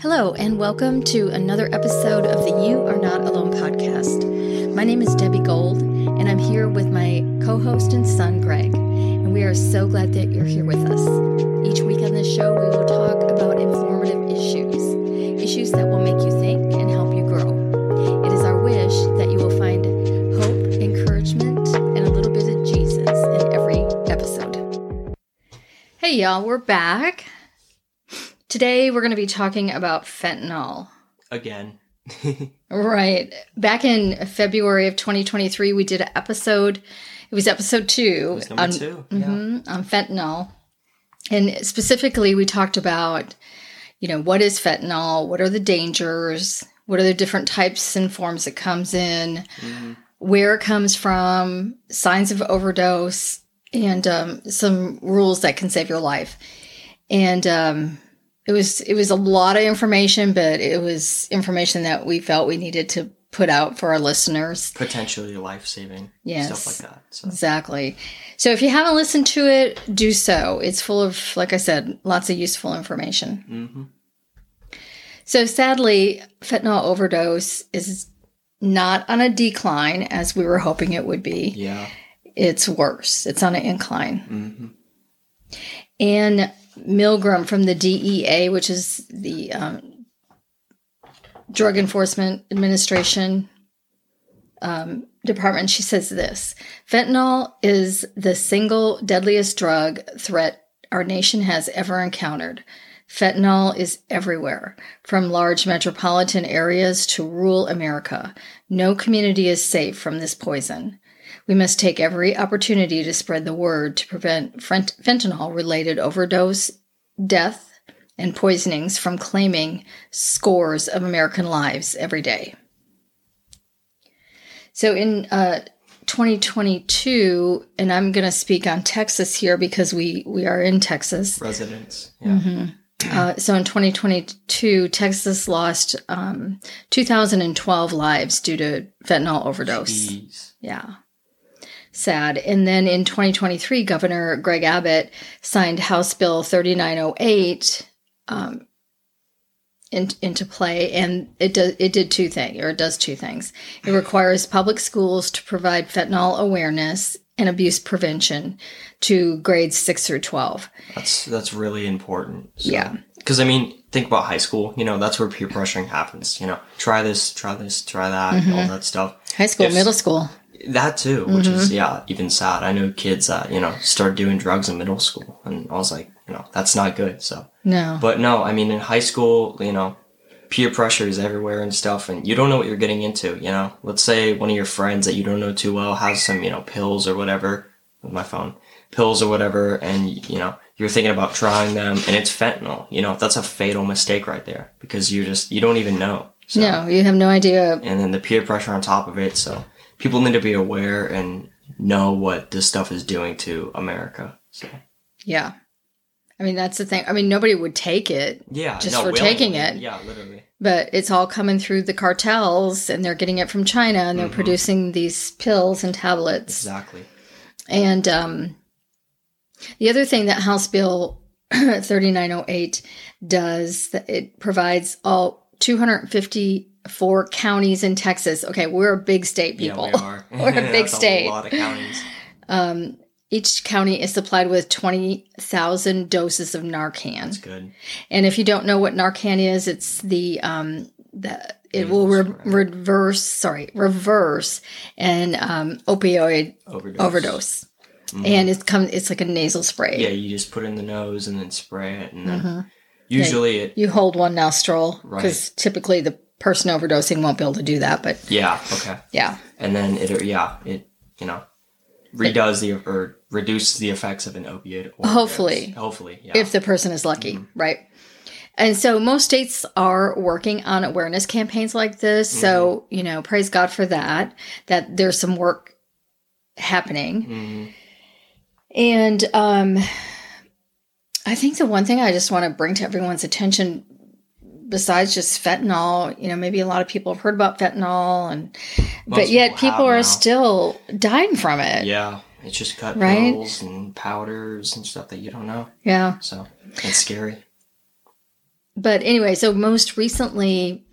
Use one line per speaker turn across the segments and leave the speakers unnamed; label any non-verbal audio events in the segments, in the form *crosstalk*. Hello, and welcome to another episode of the You Are Not Alone podcast. My name is Debbie Gold, and I'm here with my co host and son, Greg. And we are so glad that you're here with us. Each week on this show, we will talk about informative issues, issues that will make you think and help you grow. It is our wish that you will find hope, encouragement, and a little bit of Jesus in every episode. Hey, y'all, we're back. Today, we're going to be talking about fentanyl.
Again.
Right. Back in February of 2023, we did an episode. It was episode two.
It was number
on,
two. Yeah.
Mhm, on fentanyl. And specifically, we talked about, you know, what is fentanyl? What are the dangers? What are the different types and forms it comes in?
Mhm.
Where it comes from? Signs of overdose? And um, some rules that can save your life. And, um, it was it was a lot of information but it was information that we felt we needed to put out for our listeners
Potentially life saving.
Yes.
Stuff like that. So
exactly so if you haven't listened to it do so it's full of like i said lots of useful information
hmm
so sadly fentanyl overdose is not on a decline as we were hoping it would be
yeah.
it's worse it's on an incline
hmm
Ann Milgram from the DEA, which is the um, Drug Enforcement Administration um, Department, she says this fentanyl is the single deadliest drug threat our nation has ever encountered. Fentanyl is everywhere, from large metropolitan areas to rural America. No community is safe from this poison. We must take every opportunity to spread the word to prevent frent- fentanyl related overdose, death, and poisonings from claiming scores of American lives every day. So in uh, 2022, and I'm going to speak on Texas here because we, we are in Texas.
Residents. Yeah.
Uh, so in 2022, Texas lost um, 2,012 lives due to fentanyl overdose.
Jeez.
Yeah. Sad. And then in 2023, Governor Greg Abbott signed House Bill 3908 um, in, into play, and it does it did two things, or it does two things. It requires public schools to provide fentanyl awareness and abuse prevention to grades six through 12.
That's that's really important. So.
Yeah.
Because I mean, think about high school. You know, that's where peer pressuring happens. You know, try this, try this, try that,
Mm-hmm.
all that stuff.
High school,
Yes.
middle school.
That too, which
Mm-hmm.
is yeah, even sad. I know kids that you know start doing drugs in middle school, and I was like, you know, that's not good. So
No.
But no, I mean, in high school, you know, peer pressure is everywhere and stuff, and you don't know what you're getting into, you know? Let's say one of your friends that you don't know too well has some, you know, pills or whatever, with my phone, pills or whatever, and, you know, you're thinking about trying them, and it's fentanyl, you know? That's a fatal mistake right there, because you just, you don't even know. So,
no, you have no idea.
And then the peer pressure on top of it, so people need to be aware and know what this stuff is doing to America. So,
Yeah. I mean, that's the thing. I mean, nobody would take it.
yeah.
Just
no,
for taking
willingly.
it.
Yeah, literally.
but it's all coming through the cartels and they're getting it from China and they're
Mhm.
producing these pills and tablets.
Exactly.
And um, the other thing that House Bill *clears throat* 3908 does, that it provides all 254 counties in Texas. Okay, we're a big state, people.
Yeah, *laughs* we are.
We're a big
That's
state.
A lot of counties.
*laughs* um, each county is supplied with 20,000 doses of Narcan. *laughs*
That's good.
And if you don't know what Narcan is, it's the um the it will
Nasal
re- reverse sorry reverse an um, opioid
Overdose.
overdose,
Mhm.
and it's come it's like a nasal spray.
yeah, you just put it in the nose and then spray it, and then
Mhm.
usually it.
You hold one nostril because
Right.
typically the person overdosing won't be able to do that. But
Yeah. Okay.
yeah,
And then it. Yeah. It. You know. Redoes the or reduces the effects of an opiate. Or
Hopefully.
Hopefully. Yeah. Mm-hmm.
if the person is lucky, right? And so most states are working on awareness campaigns like this. So,
Mm-hmm.
you know, praise God for that, that there's some work happening.
Mhm.
And um, I think the one thing I just want to bring to everyone's attention, besides just fentanyl, you know, maybe a lot of people have heard about fentanyl, and but
Most
yet
people
people,
have
are
now.
still dying from it.
Yeah. It's just cut
Right?
pills and powders and stuff that you don't know.
yeah.
So it's scary.
But anyway, so most recently,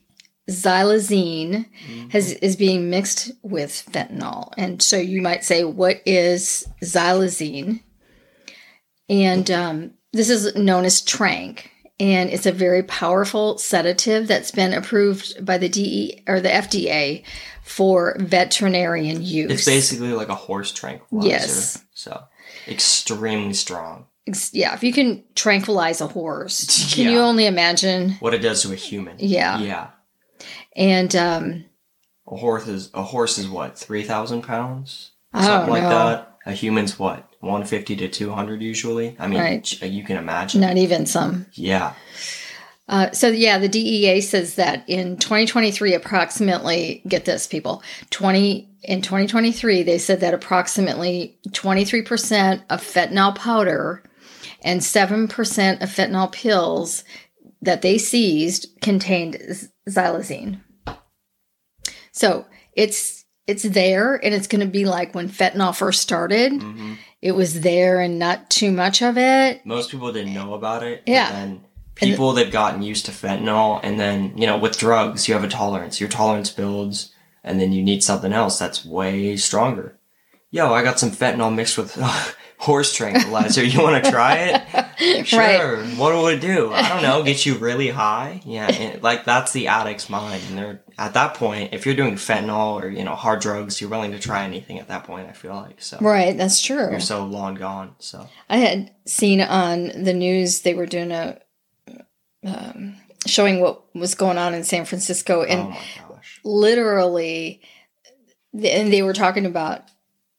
xylazine
Mm-hmm.
has is being mixed with fentanyl, and so you might say, "What is xylazine?" And um, this is known as Trank, and it's a very powerful sedative that's been approved by the DE or the FDA for veterinarian use.
It's basically like a horse tranquilizer.
Yes.
So extremely strong.
Ex- yeah, if you can tranquilize a horse, can you
Yeah.
only imagine?
What it does to a human.
Yeah.
Yeah.
And um,
A horse is a horse is what three thousand pounds,
I don't
something like
know.
that. A human's what one fifty to two hundred usually. I mean,
Right.
j- you can imagine.
not even some.
Yeah.
Uh, so yeah, the DEA says that in 2023, approximately get this people 20 in 2023 they said that approximately 23% of fentanyl powder and 7% of fentanyl pills that they seized contained z- xylazine. So it's it's there, and it's going to be like when fentanyl first started.
hmm
It was there, and not too much of it.
Most people didn't know about it.
Yeah.
And people that gotten used to fentanyl, and then you know, with drugs, you have a tolerance. Your tolerance builds, and then you need something else that's way stronger. Yo, I got some fentanyl mixed with *laughs* horse tranquilizer. you want to try
*laughs*
it? Sure.
Right.
What will it do? I don't know. Get you really high? Yeah. and, like that's the addict's mind, and they're at that point. If you're doing fentanyl or you know hard drugs, you're willing to try anything at that point. I feel like so.
Right, that's true.
You're so long gone. So
I had seen on the news they were doing a um, showing what was going on in San Francisco, and
oh my gosh.
literally, and they were talking about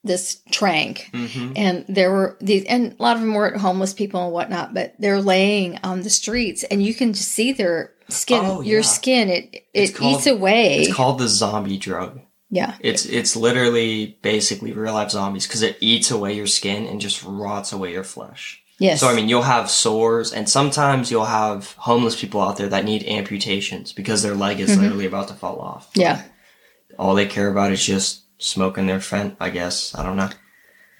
this trank,
hmm
and there were these, and a lot of them were homeless people and whatnot, but they're laying on the streets, and you can just see their skin,
Oh,
your
yeah.
skin, it
It's
it
called-
eats away.
It's called the zombie drug.
yeah,
It's it's literally basically real life zombies because it eats away your skin and just rots away your flesh.
yes.
So I mean, you'll have sores, and sometimes you'll have homeless people out there that need amputations because their leg
Mm-hmm.
is literally about to fall off.
yeah,
All they care about is just smoking their fent. I guess I don't know.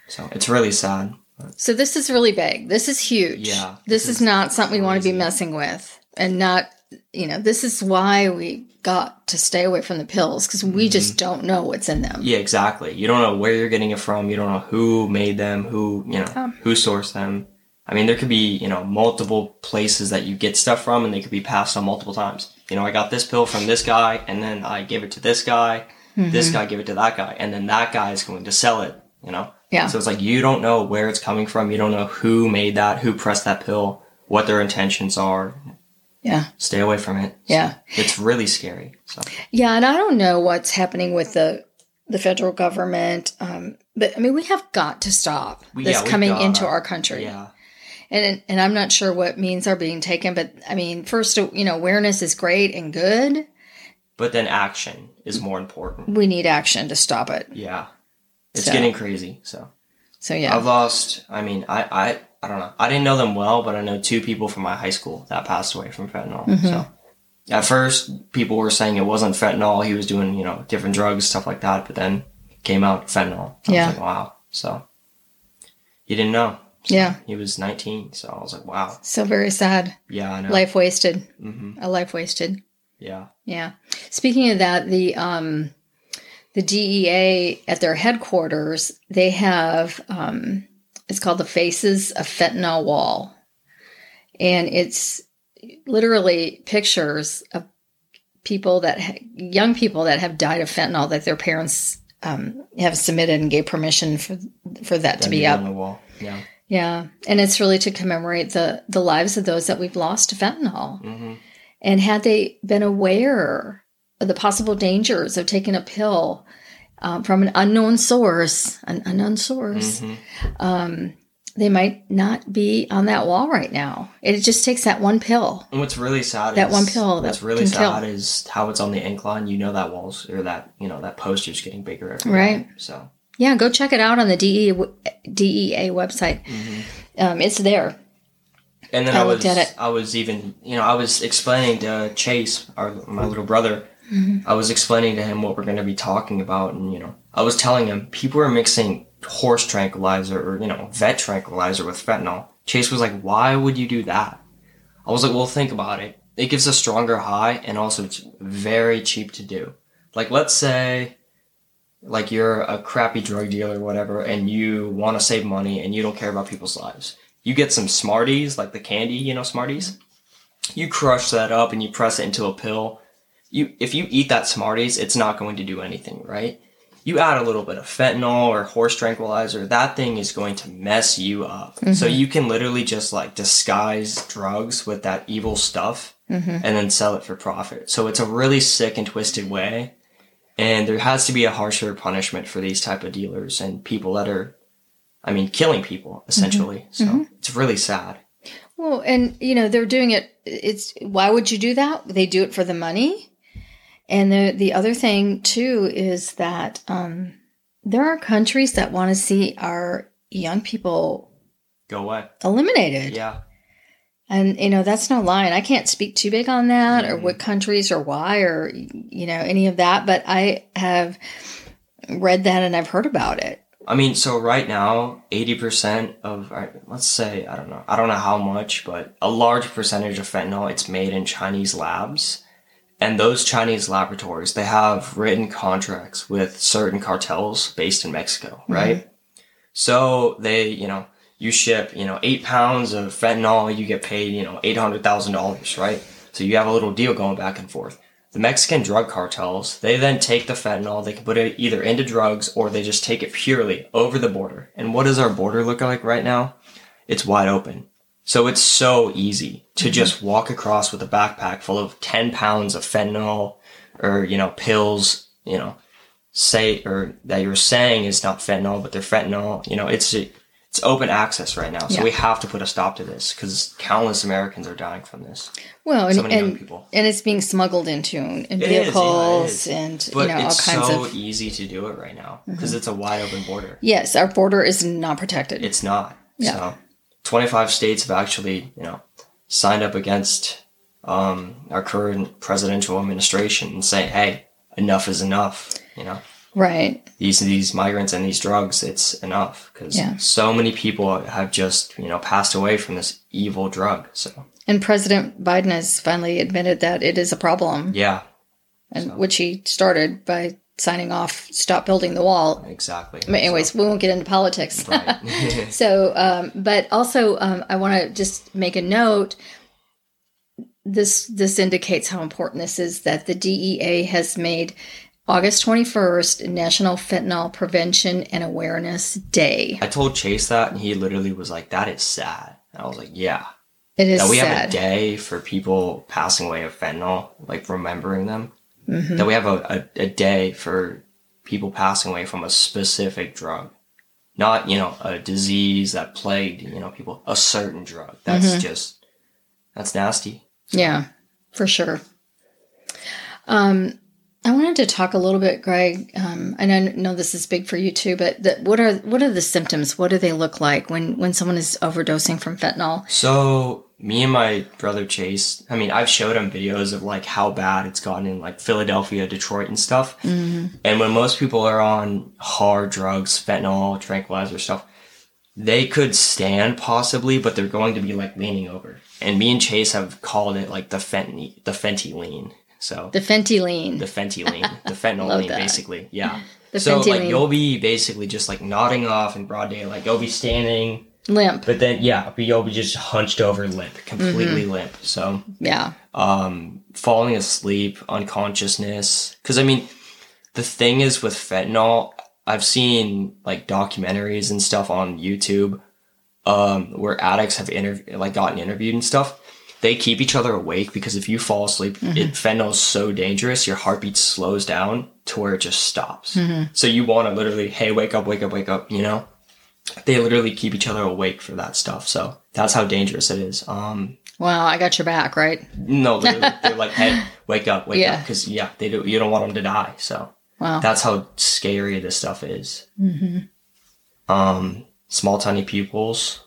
So it's really sad.
So this is really big. This is huge.
Yeah,
This,
this
is,
is
not something we want to be
crazy.
messing with and not you know, this is why we got to stay away from the pills because
Mm-hmm.
we just don't know what's in them.
Yeah, exactly. You don't know where you're getting it from. You don't know who made them, who, you know,
Yeah.
who sourced them. I mean, there could be, you know, multiple places that you get stuff from and they could be passed on multiple times. You know, I got this pill from this guy and then I gave it to this guy.
Mm-hmm.
This guy gave it to that guy and then that guy is going to sell it, you know?
Yeah.
So it's like you don't know where it's coming from. You don't know who made that, who pressed that pill, what their intentions are.
Yeah.
Stay away from it.
Yeah.
So it's really scary. So
Yeah, and I don't know what's happening with the the federal government. Um, but I mean we have got to stop
We-
this
yeah, we
coming
gotta.
into our country.
yeah.
And and I'm not sure what means are being taken, but I mean, first you know, awareness is great and good.
But then action is more important.
We need action to stop it.
Yeah. It's
So-
getting crazy. So
So yeah.
I've lost I mean, I, I I don't know. I didn't know them well, but I know two people from my high school that passed away from fentanyl.
Mm-hmm.
So at first people were saying it wasn't fentanyl, he was doing, you know, different drugs, stuff like that, but then came out fentanyl. I
Yeah.
was like, wow. So he didn't know. So
Yeah.
He was nineteen, so I was like, Wow.
So very sad.
Yeah, I know.
Life wasted.
hmm
A life wasted.
Yeah.
Yeah. Speaking of that, the um the DEA at their headquarters, they have um it's called the Faces of Fentanyl Wall. And it's literally pictures of people that ha- young people that have died of fentanyl that their parents um, have submitted and gave permission for for that to
Then
be
he
up.
on the wall. Yeah.
Yeah, and it's really to commemorate the the lives of those that we've lost to fentanyl.
hmm
And had they been aware of the possible dangers of taking a pill um, from an unknown source, an unknown source,
hmm
um, they might not be on that wall right now. It just takes that one pill.
And what's really sad
That
is
one pill
What's
that
really
can kill.
sad is how it's on the incline. You know that walls or that you know that poster's getting bigger. Every
Right.
day. So
Yeah, go check it out on the DE, w- DEA website. Um, it's there.
and then
I
I,
looked
was
at it.
I was even you know I was explaining to Chase, our my little brother. I was explaining to him what we're going to be talking about, and you know I was telling him people are mixing horse tranquilizer or you know vet tranquilizer with fentanyl. Chase was like, "Why would you do that?" I was like, "Well, think about it. it gives a stronger high and also it's very cheap to do. Like let's say like you're a crappy drug dealer or whatever and you want to save money and you don't care about people's lives. You get some Smarties, like the candy, you know, Smarties. You crush that up and you press it into a pill. You if you eat that Smarties, it's not going to do anything, right? You add a little bit of fentanyl or horse tranquilizer, that thing is going to mess you up. So you can literally just like disguise drugs with that evil stuff and then sell it for profit. So it's a really sick and twisted way and there has to be a harsher punishment for these type of dealers and people that are i mean killing people essentially so it's really sad
Well, and you know they're doing it. It's why would you do that? They do it for the money. And the the other thing too is that um, there are countries that want to see our young people
go away
eliminated.
yeah
And you know that's no lie. And I can't speak too big on that or
Mm-hmm.
what countries or why or you know any of that. But I have read that and I've heard about it.
i mean so right now 80% of all right, let's say i don't know i don't know how much but a large percentage of fentanyl it's made in chinese labs and those chinese laboratories they have written contracts with certain cartels based in mexico right So they, you know, you ship, you know, eight pounds of fentanyl, you get paid, you know, eight hundred thousand dollars, right? So you have a little deal going back and forth. The Mexican drug cartels, they then take the fentanyl, they can put it either into drugs or they just take it purely over the border. And what does our border look like right now? It's wide open. So it's so easy to just walk across with a backpack full of 10 pounds of fentanyl or, you know, pills, you know, say or that you're saying is not fentanyl, but they're fentanyl. You know, it's it's open access right now, so
Yeah.
we have to put a stop to this because countless Americans are dying from this.
Well, and
So many young
and,
people.
and it's being smuggled into in
It is, yeah, it
vehicles
is.
and you
But
know all
it's
kinds
so
of Mm-hmm.
easy to do it right now because it's a wide open border.
Yes, our border is not protected.
It's not.
Yeah.
So, 25 states have actually, you know, signed up against um, our current presidential administration and say, hey, enough is enough. You know,
right.
these these migrants and these drugs, it's enough because
Yeah.
so many people have just you know passed away from this evil drug. So
And President Biden has finally admitted that it is a problem,
yeah,
and which he started by signing off, stop building the wall.
exactly.
But anyways, we won't get into politics. so, um, but also, um, I want to just make a note. This this indicates how important this is that the DEA has made August twenty first National Fentanyl Prevention and Awareness Day.
*laughs* I told Chase that, and he literally was like, "That is sad." And I was like, "Yeah,
It is
that we
sad.
have a day for people passing away of fentanyl, like remembering them.
Mm-hmm.
That we have a, a, a day for people passing away from a specific drug, not you know a disease that plagued you know people, a certain drug. That's
Mm-hmm.
just that's nasty.
Yeah, for sure. Um, I wanted to talk a little bit, Greg, um, and I know this is big for you too, but the, what are what are the symptoms? What do they look like when when someone is overdosing from fentanyl?
So me and my brother Chase, I mean, I've showed him videos of like how bad it's gotten in like Philadelphia, Detroit, and stuff.
Mm-hmm.
And when most people are on hard drugs, fentanyl, tranquilizer stuff, they could stand possibly, but they're going to be like leaning over. And me and Chase have called it like the fenty, the fenty lean. So
The fentylene.
the fenty lean,
*laughs*
the fentanyl
Love
lean,
that.
basically. Yeah.
The
so
fenty
like
lean.
you'll be basically just like nodding off in broad daylight. You'll be standing.
limp.
But then, yeah, but you'll be just hunched over, limp, completely limp. So,
Yeah.
um, falling asleep, unconsciousness. Because I mean, the thing is with fentanyl, I've seen like documentaries and stuff on YouTube, um, where addicts have interv- like gotten interviewed and stuff. They keep each other awake because if you fall asleep, it, fentanyl is so dangerous. Your heartbeat slows down to where it just stops. So you want to literally, hey, wake up, wake up, wake up. You know, they literally keep each other awake for that stuff. So that's how dangerous it is. Um,
Wow, I got your back, right?
no, literally, they're like, "Hey, wake up, wake up,"
Yeah.
because yeah, they do. You don't want them to die, so
Wow.
that's how scary this stuff is.
Mm-hmm.
Um, small tiny pupils.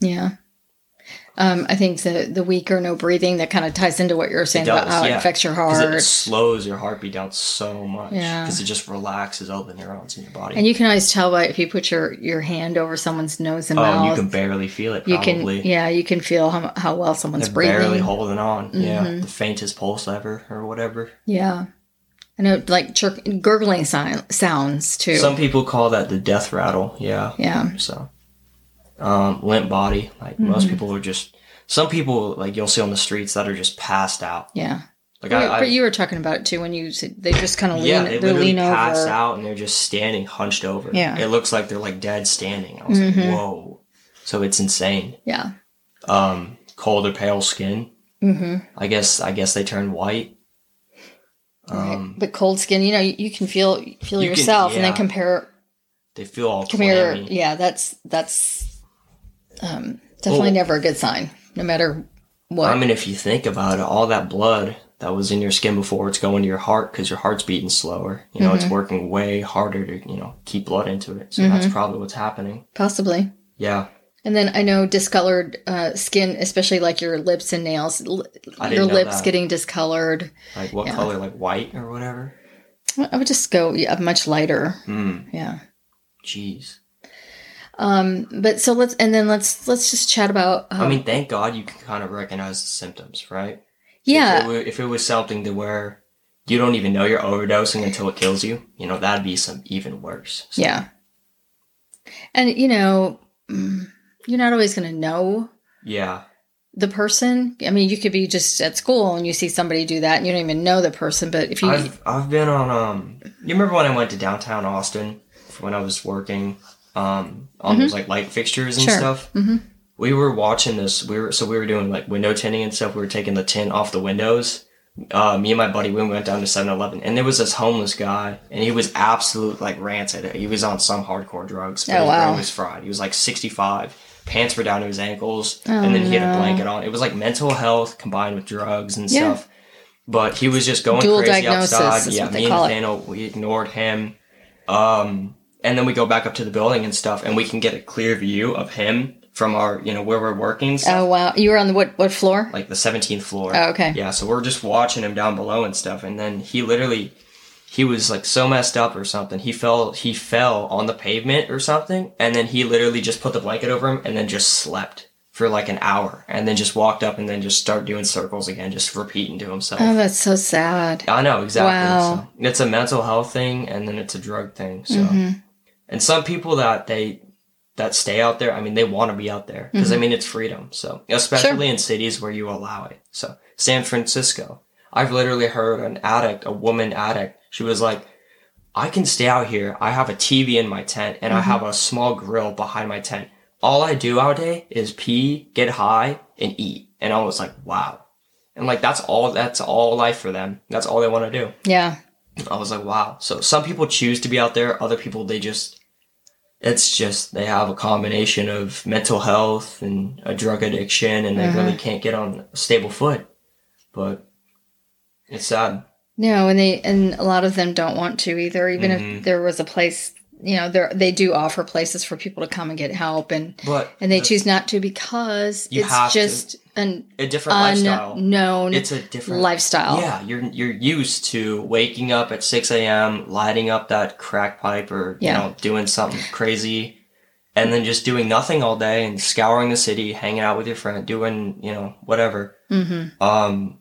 yeah. Um, I think the the weak or no breathing that kind of ties into what you were saying about
does,
how it
yeah.
affects your
'Cause
heart.
it slows your heartbeat down so much
Yeah.
because it just relaxes all the neurons in your body.
and you can always tell by if you put your your hand over someone's nose and
oh, and
mouth.
you can barely feel it.
you can-
probably.
yeah, you can feel how how well someone's
They're
breathing.
barely holding on. Yeah,
Mhm.
the faintest pulse ever, or whatever.
Yeah. I know, like chirp, gurgling si- sounds too.
Some people call that the death rattle. Yeah.
yeah.
So, um, limp body. Like most
Mm-hmm.
people are just. Some people like you'll see on the streets that are just passed out.
Yeah.
Like I,
Wait,
I
but you were talking about it too when you said they just kind of lean,
yeah, they
they
literally
lean
pass
over.
out and they're just standing hunched over.
Yeah.
It looks like they're like dead standing. I was
Mhm.
like, whoa. So it's insane.
Yeah.
Um, cold or pale skin.
hmm
I guess. I guess they turn white. Um,
right. But cold skin, you know, you, you can feel feel
You can-
yourself and then
yeah.
compare
they feel all
compare.
clammy.
Yeah, that's that's um, definitely
Well-
never a good sign, no matter what.
I mean, if you think about it, all that blood that was in your skin before it's going to your heart because your heart's beating slower. You know,
Mm-hmm.
it's working way harder to, you know, keep blood into it. So that's probably what's happening.
Possibly.
Yeah.
And then I know discolored uh, skin, especially like your lips and nails, l-
I didn't
your
know
lips
that.
getting discolored.
Like what
Yeah.
color? Like white or whatever?
I would just go yeah, much lighter.
Hmm.
Yeah.
Jeez.
Um, but so let's and then let's let's just chat about. Um,
I mean, thank God you can kind of recognize the symptoms, right? If it,
yeah,
were, if it was something to where you don't even know you're overdosing until it kills you, you know, that'd be some even worse. So,
yeah. And you know, mm, you're not always going to know
Yeah.
the person. I mean, you could be just at school and you see somebody do that, and you don't even know the person. But if you,
I've I've been on um. You remember when I went to downtown Austin for when I was working um on those like light fixtures and
Mm-hmm. Sure.
stuff.
Mhm.
We were watching this. We were so we were doing like window tinting and stuff. We were taking the tint off the windows. Uh, me and my buddy we went down to 7-Eleven and there was this homeless guy and he was absolute like rancid. He was on some hardcore drugs. But
Oh,
his
wow.
brain was fried. He was like sixty five. Pants were down to his ankles,
Oh,
and then he had
no.
a blanket on. It was like mental health combined with drugs and
Yeah.
stuff. But he was just going
Dual
crazy
diagnosis
outside.
is
yeah,
what they
me and
call it.
Nathaniel, we ignored him. Um, and then we go back up to the building and stuff, and we can get a clear view of him from our, you know, where we're working, and stuff,
oh wow, you were on the what what floor?
like the 17th floor.
Oh, okay.
Yeah, so we're just watching him down below and stuff, and then he literally, he was like so messed up or something. He fell, he fell on the pavement or something, and then he literally just put the blanket over him and then just slept for like an hour, and then just walked up and then just start doing circles again, just repeating to himself.
Oh, that's so sad.
I know exactly.
Wow.
So it's a mental health thing, and then it's a drug thing. So,
Mhm.
and some people that they that stay out there, I mean, they want to be out there because I mean, it's freedom. So, especially in cities where you allow it. So, San Francisco, I've literally heard an addict, a woman addict, she was like. I can stay out here. I have a TV in my tent and I have a small grill behind my tent. All I do all day is pee, get high, and eat. And I was like, wow. And like that's all that's all life for them. That's all they want to do.
Yeah,
I was like, wow. So some people choose to be out there, other people they just it's just they have a combination of mental health and a drug addiction and they
Uh-huh.
really can't get on a stable foot. But it's sad.
no, and they and a lot of them don't want to either. Even if
Mhm.
there was a place, you know, there they do offer places for people to come and get help and
But
and they
the-
choose not to because
You have
it's
to.
just an
a different lifestyle.
unknown
it's a different
lifestyle.
Yeah, you're you're used to waking up at six a.m., lighting up that crack pipe, or
Yeah.
you know, doing something crazy, and then just doing nothing all day and scouring the city, hanging out with your friend, doing you know whatever.
hmm
Um,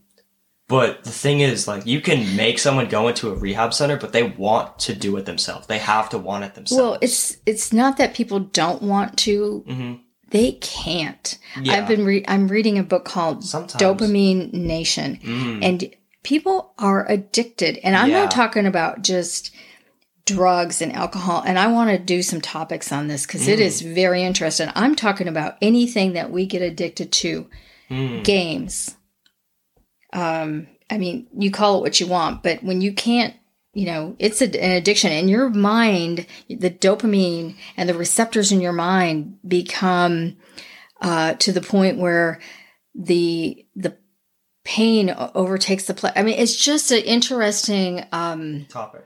but the thing is, like, you can make someone go into a rehab center, but they want to do it themselves. They have to want it themselves.
Well, it's it's not that people don't want to;
hmm
they can't.
yeah,
I've been re- I'm reading a book called
Sometimes.
Dopamine Nation,
Mm.
and people are addicted. And I'm
Yeah.
not talking about just drugs and alcohol. And I want to do some topics on this because it
Mm.
is very interesting. I'm talking about anything that we get addicted to.
Mm.
games. Um, I mean, you call it what you want, but when you can't, you know, it's a, an addiction, and your mind, the dopamine and the receptors in your mind become uh, to the point where the the pain o- overtakes the play. I mean, it's just an interesting um,
topic.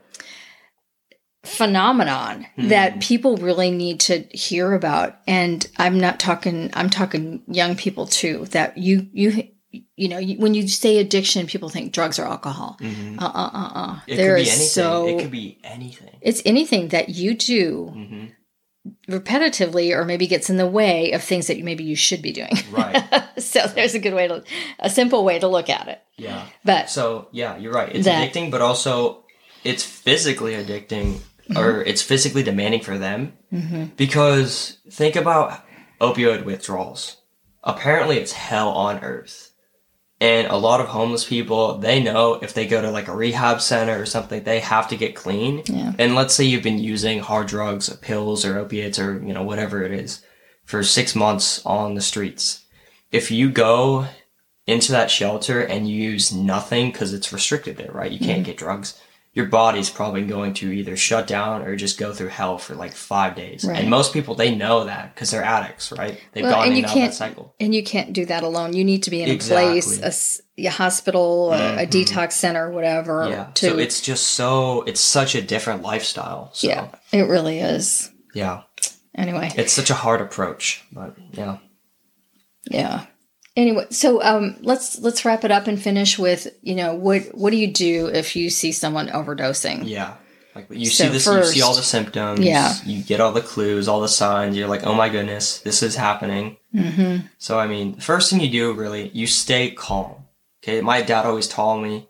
phenomenon
Hmm.
that people really need to hear about and i'm not talking i'm talking young people too that you you you know you, when you say addiction people think drugs or alcohol
Mhm.
uh uh uh uh
It
there
could be
is
anything.
so
it could be anything.
it's anything that you do
hmm
*laughs* repetitively or maybe gets in the way of things that you, maybe you should be doing *laughs*
Right.
so there's a good way to a simple way to look at it
yeah.
but
So yeah, you're right. It's
That-
addicting, but also it's physically addicting,
Mm-hmm.
or it's physically demanding for them. Because think about opioid withdrawals. Apparently, it's hell on earth. And a lot of homeless people, they know if they go to like a rehab center or something, they have to get clean.
Yeah.
And let's say you've been using hard drugs, pills or opiates or, you know, whatever it is for six months on the streets. If you go into that shelter and you use nothing because it's restricted there, right? You can't
Mm-hmm.
get drugs. Your body's probably going to either shut down or just go through hell for like five days.
Right.
And most people, they know that because they're addicts, right? They've
Well,
gone
and
in
you
and out of
can't-
that cycle.
and you can't do that alone you need to be in a place
Exactly.
a s- a, hospital a, a
Mhm.
detox center whatever
Yeah.
to
So it's just so, it's such a different lifestyle. So,
yeah it really is
yeah.
anyway
It's such a hard approach, but yeah.
yeah anyway so um let's let's wrap it up and finish with you know what what do you do if you see someone overdosing
Yeah. Like you
So
see this, you see all the symptoms.
Yeah.
You get all the clues, all the signs. You're like, oh my goodness, this is happening.
mm-hmm.
So I mean, the first thing you do really, you stay calm. Okay. My dad always told me,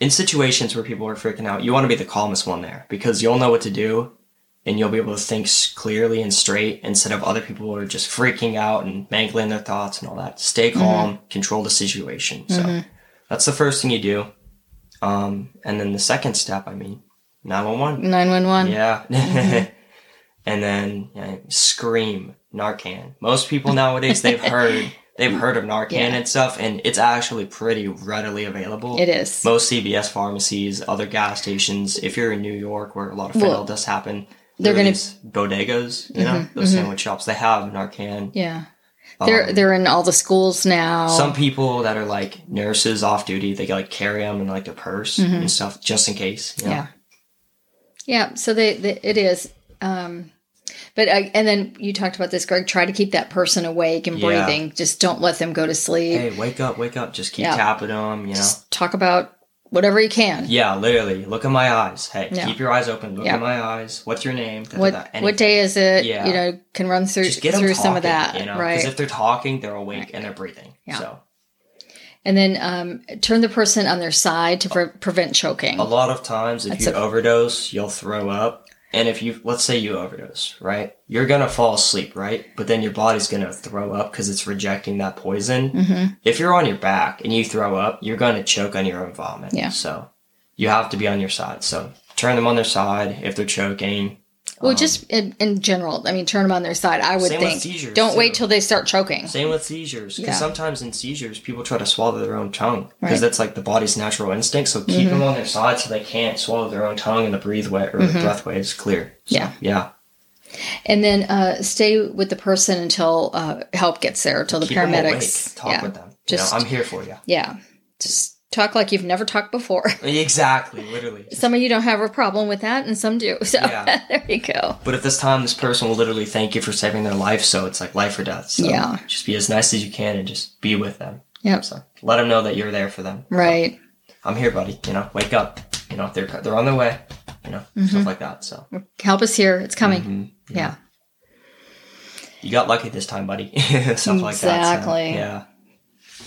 in situations where people are freaking out, you want to be the calmest one there because you'll know what to do, and you'll be able to think s- clearly and straight instead of other people who are just freaking out and mangling their thoughts and all that. Stay
Mm-hmm.
calm, control the situation. So that's the first thing you do. Um, and then the second step, I mean, 911.
911
Yeah. *laughs*
Mm-hmm.
and then yeah, scream Narcan. Most people
*laughs*
nowadays they've heard they've heard of Narcan
Yeah.
and stuff, and it's actually pretty readily available.
it is
Most CVS pharmacies, other gas stations. If you're in New York, where a lot of fentanyl
Well,
does happen,
they're
there are
gonna-
these bodegas. You know, those sandwich shops. They have Narcan.
yeah
Um,
they're they're in all the schools now
some people that are like nurses off duty, they like carry them in like a purse and stuff just in case. you know?
Mm-hmm. Yeah. Yeah. So they, they it is. Um, but I, and then you talked about this, Greg. Try to keep that person awake and
Yeah.
breathing. Just don't let them go to sleep.
Hey, wake up, wake up. Just keep
Yeah.
tapping them, you know?
Just talk about whatever you can.
Yeah, literally. Look at my eyes. Hey,
Yeah.
keep your eyes open. Look
Yeah.
at my eyes. What's your name? Da, da,
what
da, anything.
what day is it?
Yeah.
You know, can run through
Just get them
through some of that,
you know? 'Cause
right?
if they're talking, they're awake and they're breathing.
Yeah.
So
and then um, turn the person on their side to pre- prevent choking.
a lot of times, if
That's
you
a-
overdose, you'll throw up. And if you, let's say you overdose, right? You're gonna fall asleep, right? But then your body's gonna throw up because it's rejecting that poison.
Mhm.
If you're on your back and you throw up, you're gonna choke on your own vomit.
Yeah.
So you have to be on your side. So turn them on their side if they're choking.
Well,
um,
just in, in general, I mean, turn them on their side. I would
Same with
think.
seizures,
don't wait
too.
till they start choking.
Same with seizures, because
Yeah.
sometimes in seizures, people try to swallow their own tongue because
Right. Mm-hmm.
that's like the body's natural instinct. So keep them on their side so they can't swallow their own tongue and the breathe way or the breath way is clear. So,
Mm-hmm. Yeah.
yeah,
And then uh, stay with the person until uh, help gets there, until the
keep 'em
paramedics.
awake. Talk
yeah.
with them.
Just-
you know, I'm here for you.
Yeah. Just talk like you've never talked before. *laughs*
Exactly, literally.
some of you don't have a problem with that, and some do. *laughs* So
Yeah.
there you go.
But at this time, this person will literally thank you for saving their life. So it's like life or death. So
Yeah.
just be as nice as you can and just be with them.
Yep.
So let them know that you're there for them.
Right.
I'm here, buddy. You know, wake up. You know, they're they're on their way. You know, stuff like that. So Mm-hmm.
Help us here. It's coming. Yeah.
you got lucky this time, buddy. *laughs* Stuff like that. so,
Exactly.
yeah.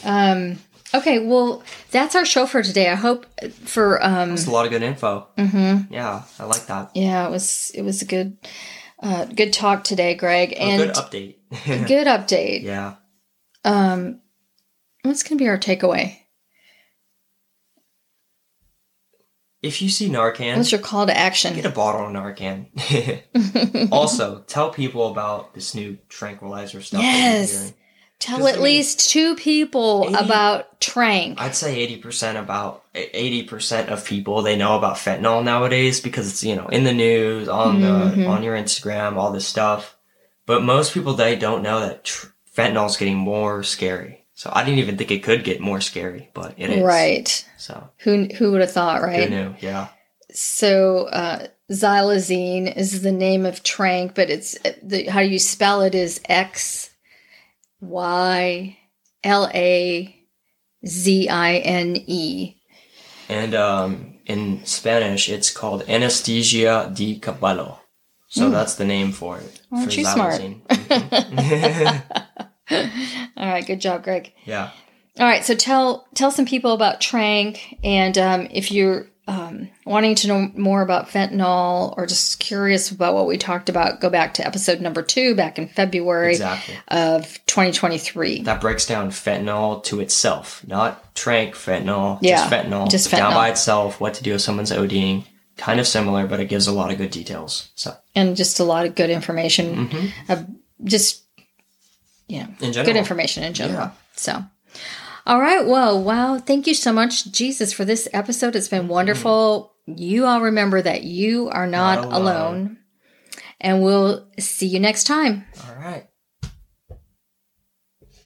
Um, okay. Well, that's our show for today. I hope for um,
It's a lot of good info. Mm-hmm. Yeah, I like that.
yeah, it was it was a good uh, good talk today, Greg,
A
and
good *laughs* update.
good update.
yeah.
Um, what's gonna be our takeaway?
If you see Narcan,
What's your call to action?
get a bottle of Narcan.
*laughs*
also, tell people about this new tranquilizer stuff. that we're
Yes.
doing.
Tell
Just
at
like-
least two people
Eighty-
about Trank.
I'd say 80% about 80% of people they know about fentanyl nowadays because it's, you know, in the news, on
Mm-hmm.
the on your Instagram, all this stuff. But most people they don't know that tr- fentanyl's getting more scary. So I didn't even think it could get more scary, but it is.
Right.
So
Who who would have thought,
who
right?
knew? Yeah.
So uh, xylazine is the name of trank, but it's uh, the how you spell it is X Y L A Z I N E. *laughs*
And um, in Spanish, it's called anesthesia de caballo. So that's the name for it.
Aren't
for
you Hmm. Oh, smart?
xylazine.
*laughs*
Mhm.
All right, good job, Greg.
*laughs* yeah.
All right, so tell tell some people about Trank, and um, if you're um, wanting to know more about fentanyl or just curious about what we talked about, go back to episode number two back in February
Exactly.
of 2023.
That breaks down fentanyl to itself, not trank fentanyl,
Yeah,
just fentanyl.
just
Down
fentanyl.
by itself, what to do if someone's ODing. Kind of similar, but it gives a lot of good details. So,
and just a lot of good information. Uh, just you know,
in general,
good information in general.
Yeah.
So, all right. Well, wow. Thank you so much, Jesus, for this episode. It's been wonderful. You all remember that you are not,
Not
alone.
alone.
and we'll see you next time.
All right.